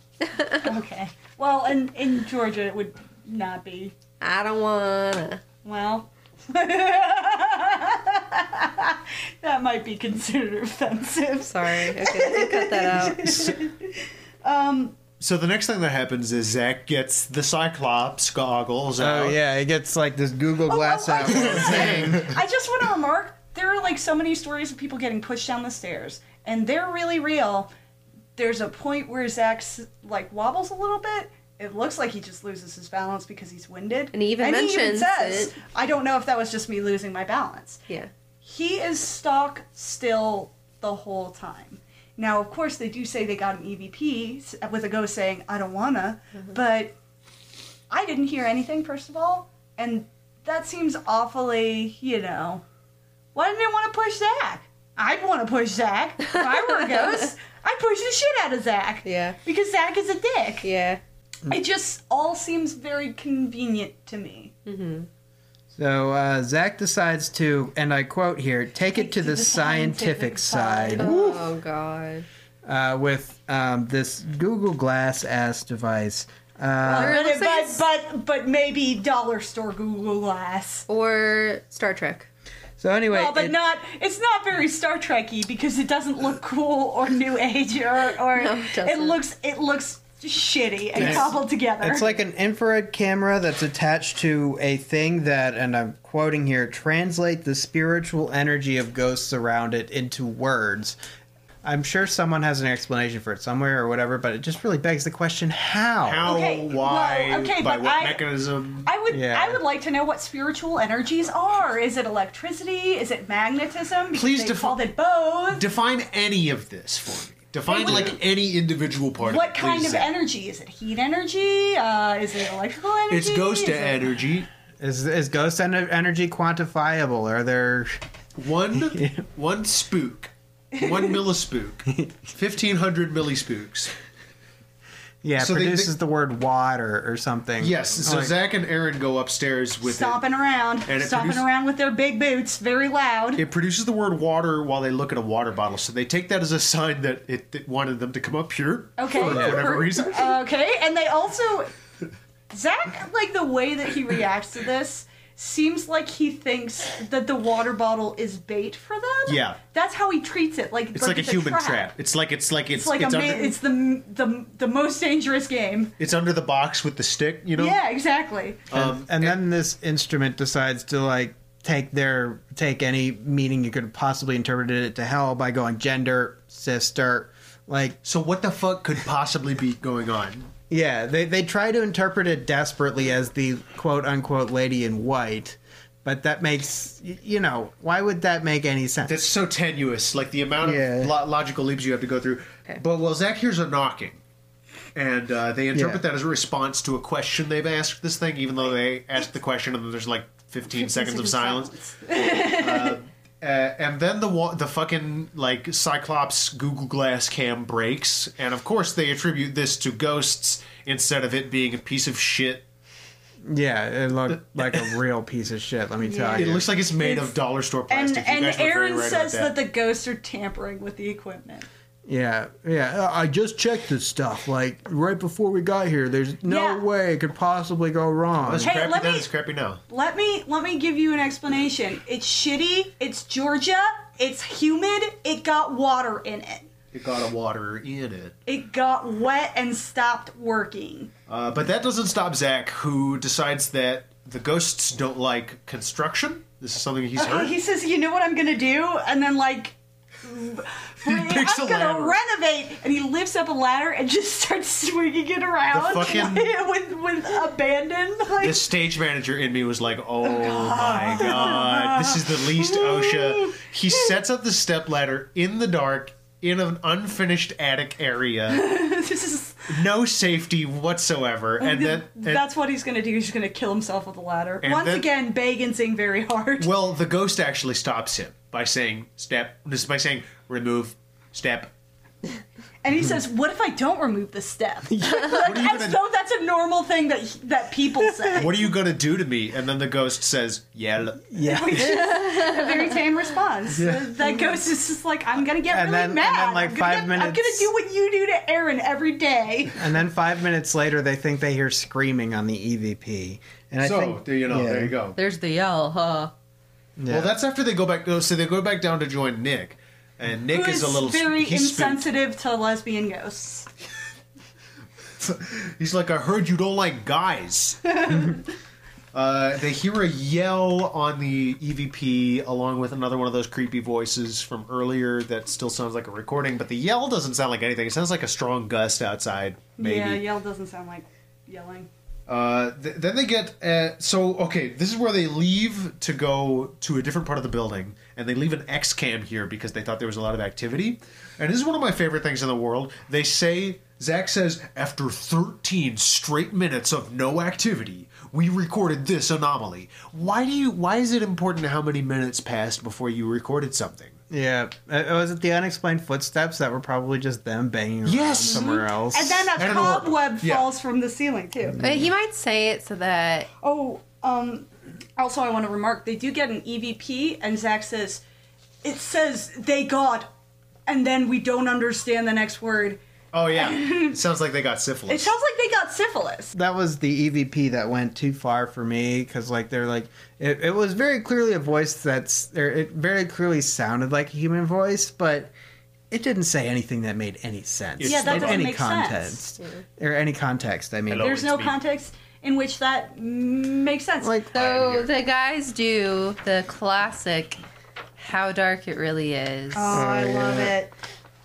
okay. Well, in, in Georgia, it would not be.
I don't wanna.
Well. that might be considered offensive.
Sorry. Okay, cut that out.
So the next thing that happens is Zach gets the Cyclops goggles
Oh
out.
yeah, it gets like this Google Glass
oh,
out thing.
I just want to remark there are like so many stories of people getting pushed down the stairs, and they're really real. There's a point where Zach like wobbles a little bit. It looks like he just loses his balance because he's winded.
And he even mentions
says,
it.
"I don't know if that was just me losing my balance."
Yeah.
He is stock still the whole time. Now, of course, they do say they got an EVP s- with a ghost saying, I don't wanna,
Mm-hmm.
but I didn't hear anything, first of all, and that seems awfully, you know. Why didn't they want to push Zach? I'd want to push Zach. If I were a ghost, I'd push the shit out of Zach.
Yeah.
Because Zach is a dick.
Yeah.
It just all seems very convenient to me.
So uh, Zach decides to, and I quote here, "Take it to the scientific side."
Oh god.
uh, with um, this Google Glass ass device.
But,
Uh,
it looks like
but, but, but maybe dollar store Google Glass.
Or Star Trek.
so anyway,
Well, but
it-
not. It's not very Star Trekky because it doesn't look cool or New Age or or
No, it
it,
doesn't.
looks it looks shitty and
It's-
cobbled together.
it's like an infrared camera that's attached to a thing that, and I'm quoting here, translate the spiritual energy of ghosts around it into words. I'm sure someone has an explanation for it somewhere or whatever, but it just really begs the question how?
How?
Okay,
why?
well, okay,
by
but
what
I-
mechanism?
I would
Yeah.
I would like to know what spiritual energies are. Is it electricity? Is it magnetism? Because
Please
they
defi-
called it both.
Define any of this for me. Define
Wait,
like
wait.
any individual part.
what
of it,
kind
please,
of
Zach.
energy? Is it heat energy? Uh, is it electrical energy?
It's ghost
Is it-
energy.
Is is ghost en- energy quantifiable? Are there
One one spook. One millispook. Fifteen hundred millispooks.
yeah
So they-
produces the word water or something?
Yes. So
Like,
Zach and Aaron go upstairs with it.
Stomping around,
And it
stomping
produce-
around with their big boots, very loud.
It produces the word water while they look at a water bottle, so they take that as a sign that it, it wanted them to come up here
Okay.
for whatever reason.
Okay, and they also Zach, like the way that he reacts to this seems like he thinks that the water bottle is bait for them.
Yeah.
that's how he treats it. Like
It's like a human trap. It's like it's like it's
It's like a ma-
under,
it's the the the most dangerous game.
it's under the box with the stick, you know.
Yeah, exactly.
Um,
and then this instrument decides to like take their take any meaning you could possibly interpret it to hell by going gender, sister, like
so what the fuck could possibly be going on?
Yeah, they they try to interpret it desperately as the quote unquote lady in white, but that makes y- you know why would that make any sense?
That's so tenuous. Like the amount
Yeah.
of lo- logical leaps you have to go through. But well, Zach hears a knocking, and uh, they interpret
Yeah.
that as a response to a question they've asked this thing, even though they asked the question and then there's like 15, seconds, of silence. Uh, and then the wa- the fucking like Cyclops Google Glass cam breaks, and of course they attribute this to ghosts instead of it being a piece of shit.
yeah, it looked like a real piece of shit. Let me tell
It
you.
looks like it's made of
It's-
dollar store
And
plastic. You
and
guys were very
Aaron
right about
says that. the ghosts are tampering with the equipment.
yeah, yeah. I just checked this stuff like right before we got here. There's no
Yeah.
way it could possibly go wrong.
It's
Hey,
crappy
let
then,
me-
it's crappy now.
Let me let me give you an explanation. It's shitty. It's Georgia. It's humid. It got water in it.
It got a water in it.
It got wet and stopped working.
Uh, but that doesn't stop Zach, who decides that the ghosts don't like construction. This is something he's heard.
He says, "You know what I'm gonna do?" And then like. I'm
picks a
gonna
ladder.
renovate, and he lifts up a ladder and just starts swinging it around
The fucking-
with with abandon. Like,
this stage manager in me was like, "Oh my god, this is the least OSHA." He sets up the step ladder in the dark in an unfinished attic area,
this is
no safety whatsoever, and then and-
that's what he's gonna do. He's gonna kill himself with a ladder
And
once
then-
again, bagancing very hard.
well, the ghost actually stops him by saying, "Step." This is by saying, "Remove step."
And he says, "What if I don't remove the step?"
What are you
As
gonna?
though that's a normal thing that that people say.
What are you gonna do to me? And then the ghost says, "Yell."
a very tame response. That ghost is just like, "I'm gonna get
And
really
then- and
mad.
then, like,
I'm, gonna
five
get- I'm gonna
minutes-
do what you do to Aaron every day."
and then five minutes later, they think they hear screaming on the EVP. And I
so
think
there you know,
yeah.
there you go.
There's the yell, huh?
Yeah.
Well, that's after they go back. So they go back down to join Nick, and Nick
Who
is,
is
a little
very
he's spooked.
insensitive to lesbian ghosts.
He's like, I heard you don't like guys. uh, they hear a yell on the EVP along with another one of those creepy voices from earlier that still sounds like a recording, but the yell doesn't sound like anything. It sounds like a strong gust outside, maybe.
Yeah, yell doesn't sound like yelling.
Uh, th- then they get uh, so okay. This is where they leave to go to a different part of the building, and they leave an X cam here because they thought there was a lot of activity. And this is one of my favorite things in the world. They say Zach says after 13 straight minutes of no activity, we recorded this anomaly. Why do you? Why is it important how many minutes passed before you recorded something?
yeah. Uh, Was it the unexplained footsteps that were probably just them banging around
Yes. Mm-hmm.
somewhere else?
And then a
And an orb.
cobweb
Yeah.
falls from the ceiling too.
But he might say it so that
Oh, um, also I want to remark they do get an EVP, and Zach says, "It says they got," and then we don't understand the next word.
Oh yeah, it sounds like they got syphilis.
It sounds like they got syphilis.
that was the EVP that went too far for me because like they're like it, it was very clearly a voice that's or it very clearly sounded like a human voice, but it didn't say anything that made any sense.
Yeah, that
in
doesn't
any
make
context or any context. I mean,
Hello.
There's
it's
no
me.
context in which that mm, makes sense.
like
So the guys do the classic "How dark it really is."
oh, I love it.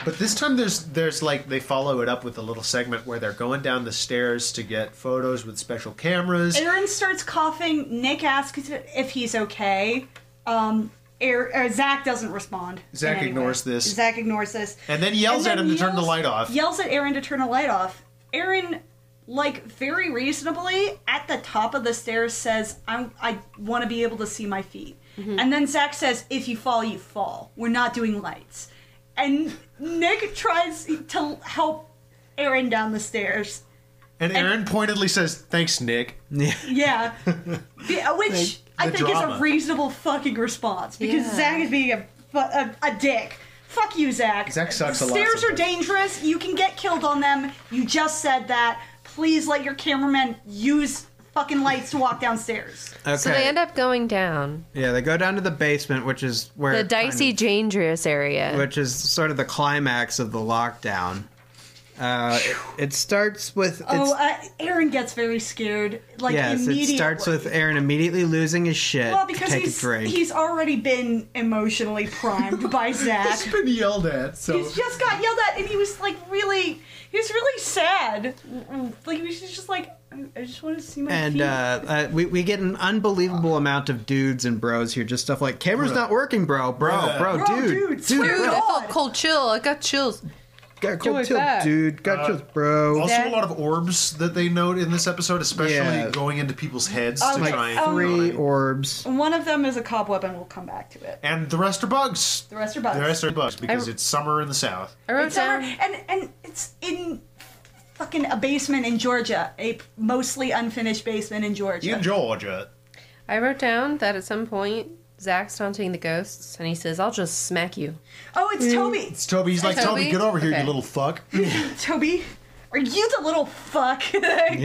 But this time there's there's like they follow it up with a little segment where they're going down the stairs to get photos with special cameras.
Aaron starts coughing. Nick asks if he's okay. Um, Air, uh, Zach doesn't respond. in
Zach
any way.
ignores this.
Zach ignores this.
And then yells at him to turn the light off.
Yells at Aaron to turn the light off. Aaron, like very reasonably, at the top of the stairs says, "I'm I want to be able to see my feet." And then Zach says, "If you fall, you fall. We're not doing lights." And Nick tries to help Aaron down the stairs.
And Aaron pointedly says, "Thanks, Nick."
Yeah.
Yeah, Be- uh, which I
the
think is
drama.
a reasonable fucking response because
Yeah.
Zach is being a, fu- a a dick. Fuck you, Zach.
Zach sucks a lot
Stairs are
sometimes.
dangerous. You can get killed on them. You just said that. Please let your cameraman use fucking lights to walk downstairs.
Okay.
So they end up going down
yeah, they go down to the basement, which is where
the
it kind
dicey
of-
dangerous area.
which is sort of the climax of the lockdown. Uh, it, it starts with it's,
oh, uh, Aaron gets very scared. Like
yes, it
immediately.
starts with Aaron immediately losing his shit
well
to
because
take
he's
a drink.
he's already been emotionally primed by Zach.
He's been yelled at, so
He's just got yelled at, and he was like really, he was really sad. Like he was just like, I just want to see my
and
feet.
uh, uh, we, we get an unbelievable amount of dudes and bros here. Just stuff like camera's not working, bro, bro,
Bruh.
bro,
Bro,
dude,
dude,
dude,
swear
Dude, I
bro.
felt cold chill. I got chills.
got a cold
Joey
tilt,
back.
dude, got chills, bro.
also
That-
a lot of orbs that they note in this episode, especially
Yeah.
going into people's heads to
like
try and figure
three
out what I
Three
mean.
orbs.
one of them is a cobweb, and we'll come back to it.
And the rest are bugs.
The rest are bugs.
The rest are bugs because it's summer in the south.
I wrote
It's summer,
down.
and and it's in fucking a basement in Georgia, a mostly unfinished basement in Georgia.
In Georgia.
I wrote down that at some point Zach's taunting the ghosts, and he says, "I'll just smack you."
oh, it's Toby.
It's Toby. He's like, Toby,
Toby?
get over here,
Okay.
you little fuck.
Toby. Are you the little fuck? Like,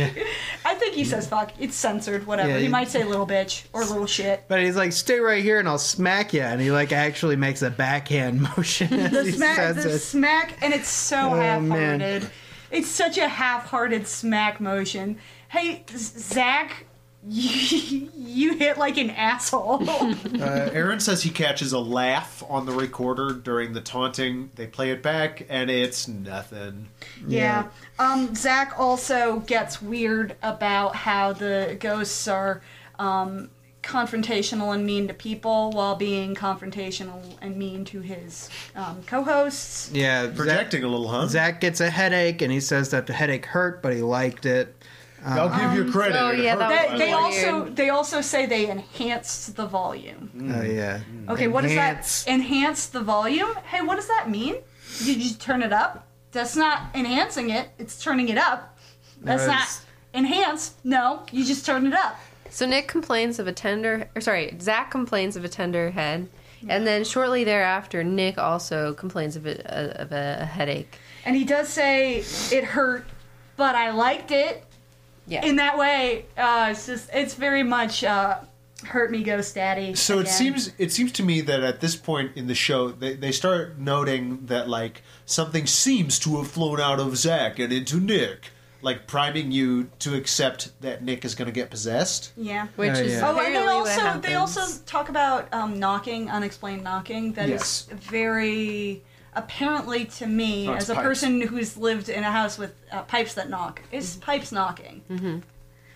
I think he says fuck. It's censored, whatever.
Yeah,
he
you-
might say little bitch or little shit.
But he's like, stay right here and I'll smack you. And he like actually makes a backhand motion as
the
he
smack,
says
the
it. Oh,
smack, and it's so
man.
half-hearted. It's such a half-hearted smack motion. Hey, Z- Zach, you, you hit like an asshole.
Uh, Aaron says he catches a laugh on the recorder during the taunting. They play it back, and it's nothing.
yeah. Um, Zach also gets weird about how the ghosts are um, confrontational and mean to people while being confrontational and mean to his um, co-hosts.
yeah, Zach,
Projecting a little, huh?
Zach gets a headache and he says that the headache hurt, but he liked it.
I'll give you credit.
oh,
It
yeah,
hurt,
that
by the
They, they
way.
also they also say they enhanced the volume.
Oh yeah.
Okay, what does
Enhance.
that? Enhance the volume? Hey, what does that mean? Did you turn it up? That's not enhancing it, it's turning it up. That's
No,
not
it's-
enhance. No, you just turn it up.
So Nick complains of a tender, or sorry, Zach complains of a tender head, and then shortly thereafter, Nick also complains of a, of a headache.
And he does say it hurt, but I liked it.
Yeah.
In that way, uh, it's just, it's very much uh, hurt me, ghost daddy.
So it
again.
seems it seems to me that at this point in the show, they, they start noting that like something seems to have flown out of Zach and into Nick, like priming you to accept that Nick is going to get possessed.
Yeah.
which
Oh,
is
yeah.
Oh, and they
apparently what
also they
happens.
also talk about um, knocking, unexplained knocking. That is
Yes.
very apparently to me,
Oh, it's
as a
pipes.
person who's lived in a house with uh, pipes that knock, it's pipes knocking.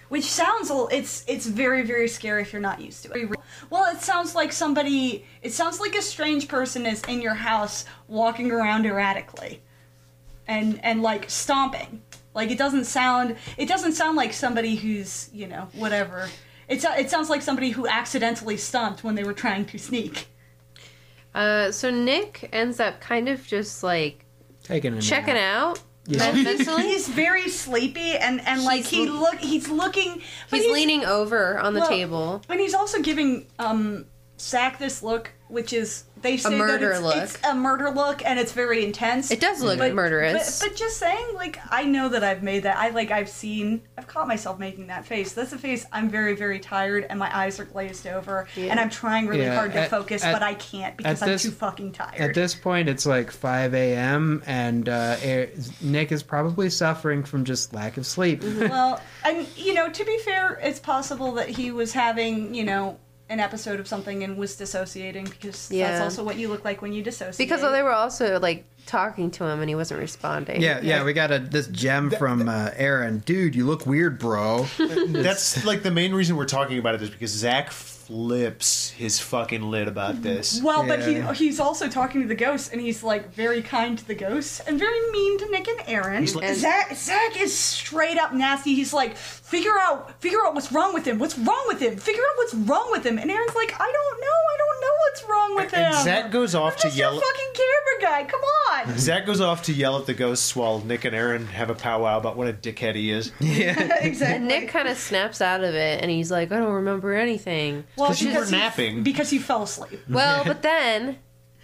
Which sounds a- it's it's very very scary if you're not used to it. Well, it sounds like somebody. It sounds like a strange person is in your house walking around erratically, and and like stomping. Like it doesn't sound. It doesn't sound like somebody who's you know whatever. It's it sounds like somebody who accidentally stomped when they were trying to sneak.
Uh, so Nick ends up kind of just like
Taking a
checking
nap.
out
Yeah.
mentally.
He's very sleepy and and like
He's
he
l-
look he's looking. but
He's leaning over on the
well,
table.
And he's also giving um Sack this look, which is they say
murder
that it's,
look.
it's a murder look and it's very intense.
It does look
But-
murderous.
But, but just saying, like, I know that I've made that. I like, I've seen, I've caught myself making that face. That's a face I'm very, very tired, and my eyes are glazed over, and I'm trying really
Yeah,
hard to
at-
focus,
at-
but I can't because
at
I'm
this-
too fucking tired.
At this point, it's like 5 a.m., and uh, Air- Nick is probably suffering from just lack of sleep.
well, and you know, to be fair, it's possible that he was having, you know, an episode of something and was dissociating because
Yeah.
that's also what you look like when you dissociate.
because they were also like talking to him and he wasn't responding.
Yeah, yeah, we got a this gem from uh, Aaron. Dude, you look weird, bro.
That's like the main reason we're talking about it is because Zach flips his fucking lid about this.
Well,
Yeah.
but he he's also talking to the ghosts, and he's like very kind to the ghosts and very mean to Nick and Aaron.
like-
Zach Zach is straight up nasty. He's like, figure out figure out what's wrong with him. What's wrong with him? Figure out what's wrong with him. And Aaron's like, I don't know. I don't know what's wrong with him.
And Zach goes off
I'm
to
just your
yell.
fucking camera guy. Come on.
Zach goes off to yell at the ghosts while Nick and Aaron have a powwow about what a dickhead he is.
exactly.
And Nick kind of snaps out of it and he's like, I don't remember anything.
well,
Because you were
he-
napping.
because he fell asleep.
Well, but then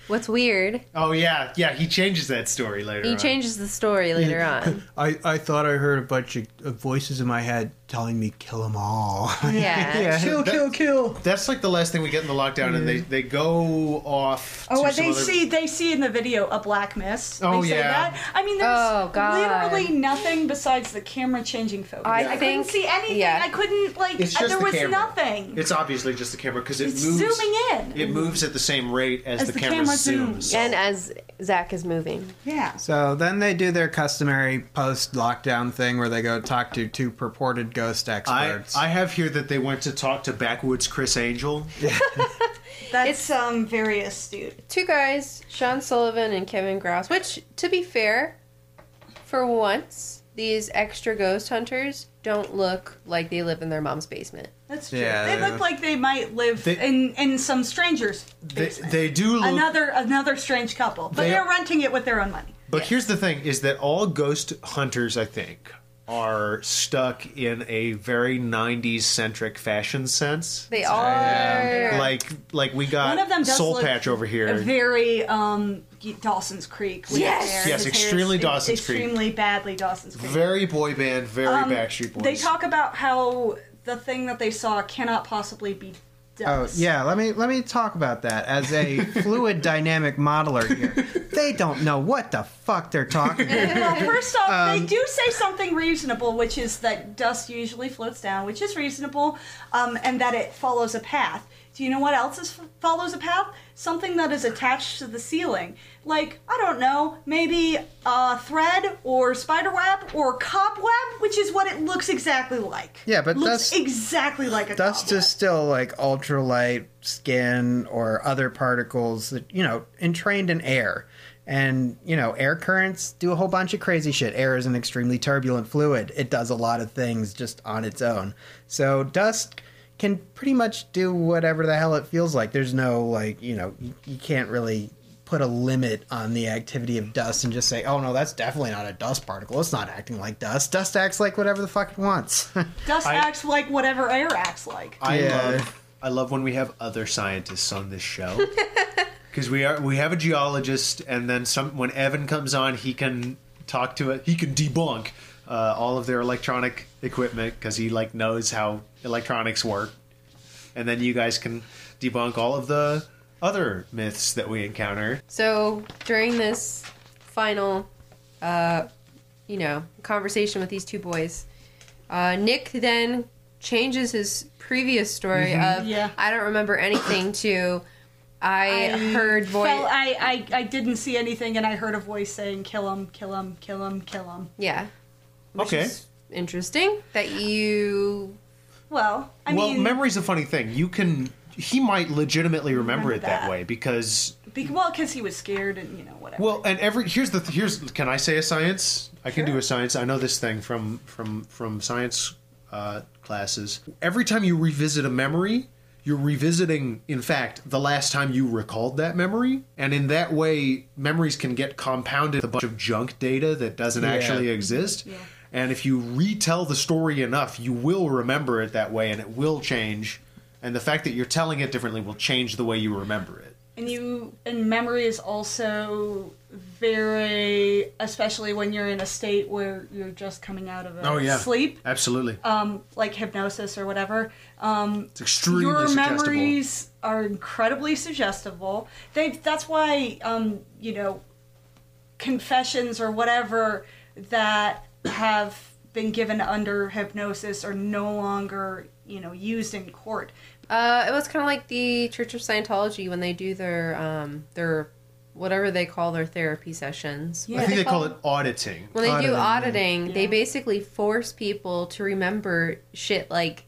what's weird,
Oh yeah, yeah. He changes that story later.
he
on.
changes the story later on.
I, I thought I heard a bunch of of voices in my head telling me kill them all.
Yeah.
kill, kill, kill.
That's like the last thing we get in the lockdown, and they they go off.
Oh,
to
and
some
they
other-
see they see in the video a black mist.
Oh,
they say
yeah.
that. I mean, there's
Oh, God.
literally nothing besides the camera changing focus.
I
couldn't
think-
see anything.
yeah.
I couldn't like.
It's
I-
just
there
the
was
camera.
nothing.
It's obviously just the camera because it
It's
moves.
zooming in.
It moves at the same rate as,
As
the,
the
camera,
camera
zooms.
zooms.
And as Zach is moving.
yeah.
So then they do their customary post lockdown thing where they go talk to two purported ghost
I,
experts.
I have here that they went to talk to backwoods Chris Angel.
That's
It's-
um very astute.
Two guys, Sean Sullivan and Kevin Grouse, which, to be fair, for once, these extra ghost hunters don't look like they live in their mom's basement.
That's true.
Yeah,
they
they-
look like they might live
They-
in in some strangers.
They, they do look.
Another another strange couple, but
They-
they, are renting it with their own money.
but here's the thing: is that all ghost hunters, I think, are stuck in a very '90s centric fashion sense.
They all are.
Like, like we got
One of them does
Soul
look
Patch over here.
Very um Dawson's Creek. with
Yes!
his hair.
Yes,
His hair's
extremely Dawson's Creek.
Extremely badly Dawson's Creek.
very boy band, very Backstreet Boys.
Um, They talk about how the thing that they saw cannot possibly be
Oh
dust.
yeah, let me let me talk about that as a fluid dynamic modeler here. They don't know what the fuck they're talking about.
Well, first off,
Um,
they do say something reasonable, which is that dust usually floats down, which is reasonable, um, and that it follows a path. Do you know what else is, follows a path? Something that is attached to the ceiling. Like, I don't know, maybe a thread or spider web or cobweb, which is what it looks exactly like.
Yeah, but
looks
dust-
exactly like a
Dust
cobweb.
is still like ultralight, skin, or other particles that you know entrained in air, and you know air currents do a whole bunch of crazy shit. Air is an extremely turbulent fluid. It does a lot of things just on its own. So dust can pretty much do whatever the hell it feels like. There's no like you know you, you can't really put a limit on the activity of dust and just say oh no that's definitely not a dust particle it's not acting like dust dust acts like whatever the fuck it wants
Dust
I-
acts like whatever air acts like.
I
Yeah.
love I love when we have other scientists on this show because we are we have a geologist, and then some. When Evan comes on, he can talk to it. He can debunk uh, all of their electronic equipment because he like knows how electronics work, and then you guys can debunk all of the other myths that we encounter.
So during this final, uh, you know, conversation with these two boys, uh, Nick then changes his previous story of
Yeah.
I don't remember anything to I, heard voice.
Well, I, I I didn't see anything, and I heard a voice saying, "Kill him, kill him, kill him, kill him."
yeah,
okay.
interesting that you.
Well, I
well,
mean,
memory's a funny thing. You can. He might legitimately remember,
Remember
it that
that.
way because
be, well, because he was scared, and you know whatever.
Well, and every here's the th- here's can I say a science? I can do a science. I know this thing from from from science uh, classes. Every time you revisit a memory, you're revisiting, in fact, the last time you recalled that memory, and in that way, memories can get compounded with a bunch of junk data that doesn't actually exist. And if you retell the story enough, you will remember it that way, and it will change. And the fact that you're telling it differently will change the way you remember it.
and you and memory is also very, especially when you're in a state where you're just coming out of a
Oh, yeah.
sleep,
Absolutely,
um, like hypnosis or whatever. Um,
it's extremely
your
suggestible.
memories are incredibly suggestible. They that's why um, you know confessions or whatever that have been given under hypnosis are no longer you know used in court.
Uh, it was kind of like the Church of Scientology when they do their um, their whatever they call their therapy sessions.
Yeah.
I think they call it auditing.
When they do
Auditing,
auditing, they
Yeah.
basically force people to remember shit like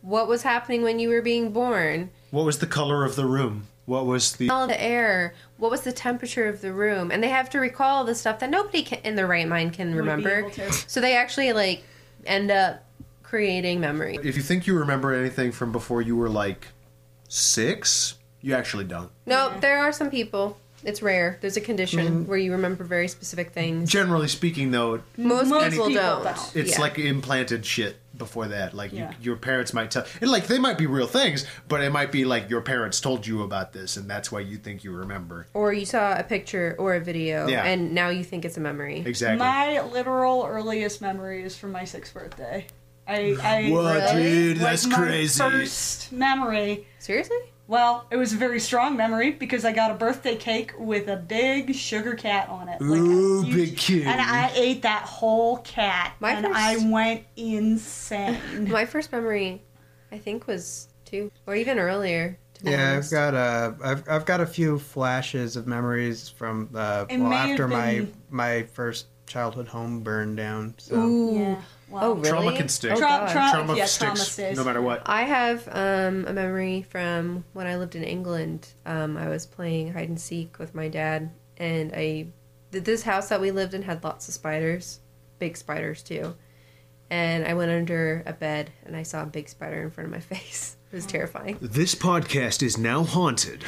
what was happening when you were being born,
What was the color of the room? What was the
all the air, what was the temperature of the room, and they have to recall the stuff that nobody can, in their right mind can
be
remember.
able to.
So they actually like end up creating memory.
If you think you remember anything from before you were like 6, you actually don't.
No, there are some people. It's rare. There's a
Mm-hmm.
condition where you remember very specific things.
Generally speaking though,
Most,
Most
people,
people
don't.
don't.
it's
Yeah.
like implanted shit before that. Like you-
Yeah.
your parents might tell and like they might be real things, but it might be like your parents told you about this and that's why you think you remember.
or you saw a picture or a video
Yeah.
and now you think it's a memory.
Exactly.
My literal earliest memory is from my sixth birthday. I, I
Whoa,
like,
dude,
was
that's
my
crazy.
First memory.
Seriously?
Well, it was a very strong memory because I got a birthday cake with a big sugar cat on it. Like a
Ooh,
huge-
big kitty.
And I ate that whole cat,
My
and
first-
I went insane.
My first memory, I think, was two or even earlier. To be
Yeah, I've
honest.
got a, I've, I've got a few flashes of memories from uh,
It
well
may have
after my
been-
my first childhood home burned down. So
Ooh.
yeah. Wow.
Oh, really?
Trauma can stick.
Oh,
Tra-
God.
tra-
Trauma
yeah, trauma
sticks
stays.
no matter what.
I have um, a memory from when I lived in England. Um, I was playing hide and seek with my dad, and I th- this house that we lived in had lots of spiders, big spiders too. And I went under a bed and I saw a big spider in front of my face. It was terrifying.
This podcast is now haunted.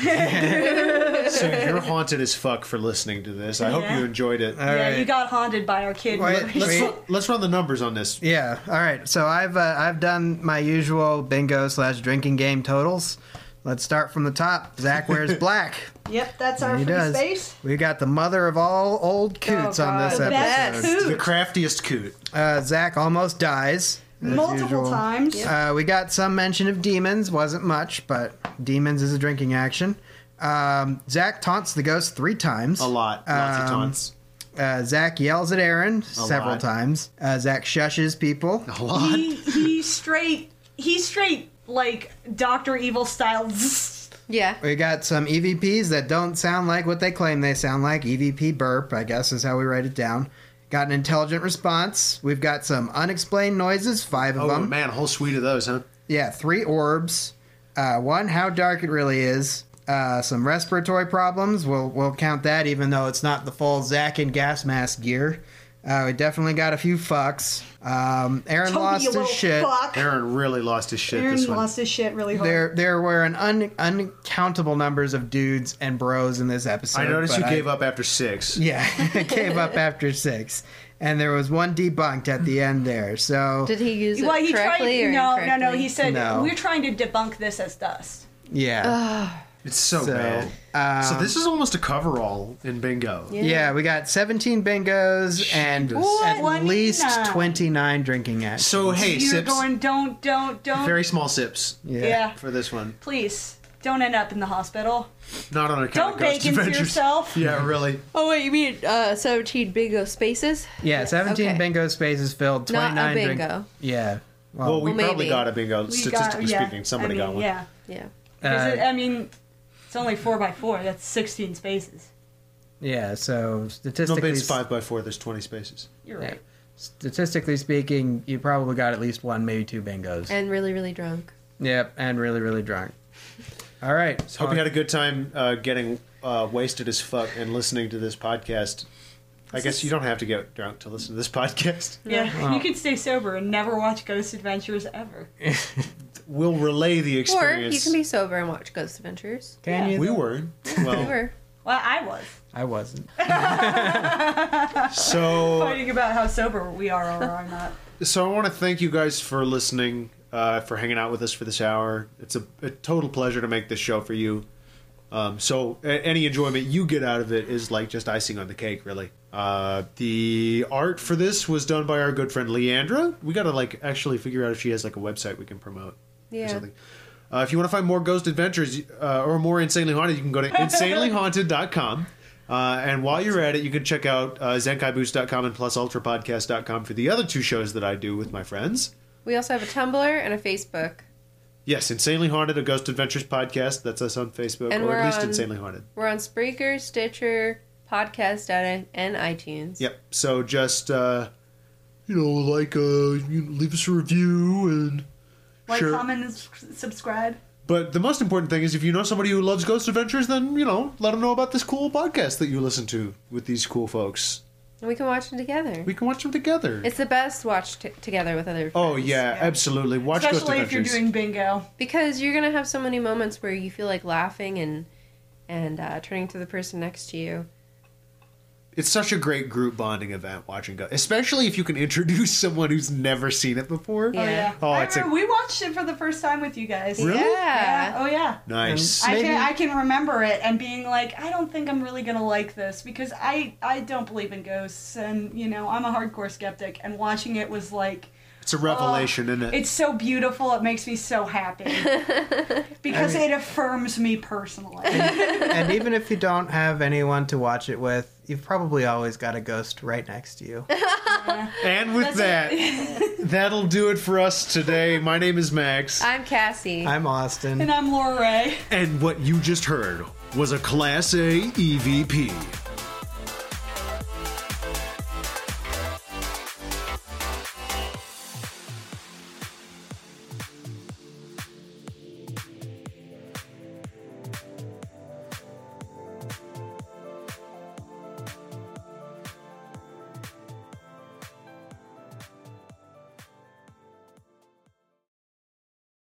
so you're haunted as fuck for listening to this. I hope
Yeah. Uh,
you enjoyed it.
All
yeah,
right.
you got haunted by our kid.
Wait,
memories.
Let's
Wait.
run, let's run the numbers on this.
Yeah. All right. So I've uh, I've done my usual bingo slash drinking game totals. Let's start from the top. Zach wears black.
Yep, that's our
he
free
does.
space.
We got the mother of all old coots
Oh,
on
God.
this
The
best
episode.
coot.
The craftiest coot.
Uh, Zach almost dies as
Multiple
usual.
times.
Uh, we got some mention of demons. Wasn't much, but demons is a drinking action. Um, Zach taunts the ghost three times.
A lot. Lots of
Um,
taunts.
Uh, Zach yells at Aaron several
lot. Oh.
times. Uh, Zach shushes people.
A lot.
He he straight he straight like Doctor Evil style. zzz.
Yeah.
We got some EVPs that don't sound like what they claim they sound like. EVP burp, I guess, is how we write it down. Got an intelligent response. We've got some unexplained noises, five of
oh,
them.
man, a whole suite of those, huh?
Yeah, three orbs. Uh, one, how dark it really is. Uh, some respiratory problems. We'll we'll count that, even though it's not the full Zach and gas mask gear. Uh, we definitely got a few fucks. Um, Aaron
Don't
lost
be a
his
little
shit.
fuck.
Aaron really lost his shit
Aaron
this one.
lost his shit really hard.
There there were an un, uncountable numbers of dudes and bros in this episode.
I noticed
but
you
I-
gave up after six.
Yeah, it gave up after six, and there was one debunked at the end there. So
Did he use it
well, he
correctly
tried.
or
No, no,
incorrectly?
no. He said
No.
we're trying to debunk this as dust.
yeah,
It's so,
So, um,
bad. so
um,
this is almost a coverall in bingo.
yeah, we got seventeen bingos and
Jesus.
at
What?
least
29.
twenty nine drinking acts.
So hey,
You're
sips.
going don't don't don't.
Very small sips
yeah.
for this one.
Please don't end up in the hospital.
Not on account
Don't
of
bake
Ghost
into
Adventures.
yourself.
Yeah, really.
Oh wait, you mean uh, seventeen bingo spaces?
yeah, seventeen
Okay.
bingo spaces filled.
Not
Twenty
a
nine
bingo.
yeah.
Well, we
Well,
probably
maybe.
got a bingo,
We got-
statistically
yeah,
speaking. Somebody
I mean,
got one.
Yeah.
Yeah.
Is it,
uh,
I mean, it's only four by four. That's sixteen spaces.
yeah. So
No,
statistically,
but it's five by four. There's 20 spaces.
You're
yeah.
right.
statistically speaking, you probably got at least one, maybe two bingos.
And really, really drunk.
yep, and really, really drunk. All right.
Hope you had a good time uh, getting uh, wasted as fuck and listening to this podcast. I guess you don't have to get drunk to listen to this podcast.
Yeah, you could stay sober and never watch Ghost Adventures ever.
We'll relay the
Or you
experience.
can be sober and watch Ghost Adventures.
Can you?
we were. Well,
Or
Well, I was
I wasn't.
so
fighting about how sober we are or are not.
so I want to thank you guys for listening, uh, for hanging out with us for this hour. It's a, a total pleasure to make this show for you. Um, so a- any enjoyment you get out of it is like just icing on the cake, really. Uh, the art for this was done by our good friend Leandra. We gotta like actually figure out if she has like a website we can promote or
Yeah.
something. Uh, if you want to find more ghost adventures uh, or more insanely haunted, you can go to insanelyhaunted.com. Uh, and while you're at it, you can check out uh, zenkaiBoost.com and plusultrapodcast.com for the other two shows that I do with my friends.
we also have a Tumblr and a Facebook.
Yes, Insanely Haunted, a Ghost Adventures podcast. That's us on Facebook,
And
or
we're
at least
on-
Insanely Haunted.
We're on Spreaker, Stitcher, Podcast Addict, and iTunes.
Yep. So just, uh, you know, like, uh, you know, leave us a review and.
Like,
Sure.
comment, and s- subscribe.
But the most important thing is if you know somebody who loves Ghost Adventures, then, you know, let them know about this cool podcast that you listen to with these cool folks.
And we can watch them together.
We can watch them together.
It's the best watched t- together with other
oh,
friends.
yeah,
yeah.
absolutely. Watch
Especially
Ghost
if you're
Adventures.
doing bingo.
Because you're gonna have so many moments where you feel like laughing and and uh, turning to the person next to you.
It's such a great group bonding event watching Ghost, especially if you can introduce someone who's never seen it before.
Oh, yeah.
Oh,
I
it's a-
remember we watched it for the first time with you guys.
Yeah.
Yeah. Oh, yeah.
Nice.
I
Maybe-
can, I can remember it and being like, I don't think I'm really gonna like this because I I don't believe in ghosts and you know I'm a hardcore skeptic and watching it was like
It's a revelation,
oh,
isn't it?
It's so beautiful. It makes me so happy because it affirms me personally.
and even if you don't have anyone to watch it with, you've probably always got a ghost right next to you.
And with that, that'll do it for us today. My name is Max.
I'm Cassie.
I'm Austin.
and I'm Laura Ray.
E And what you just heard was a Class A EVP.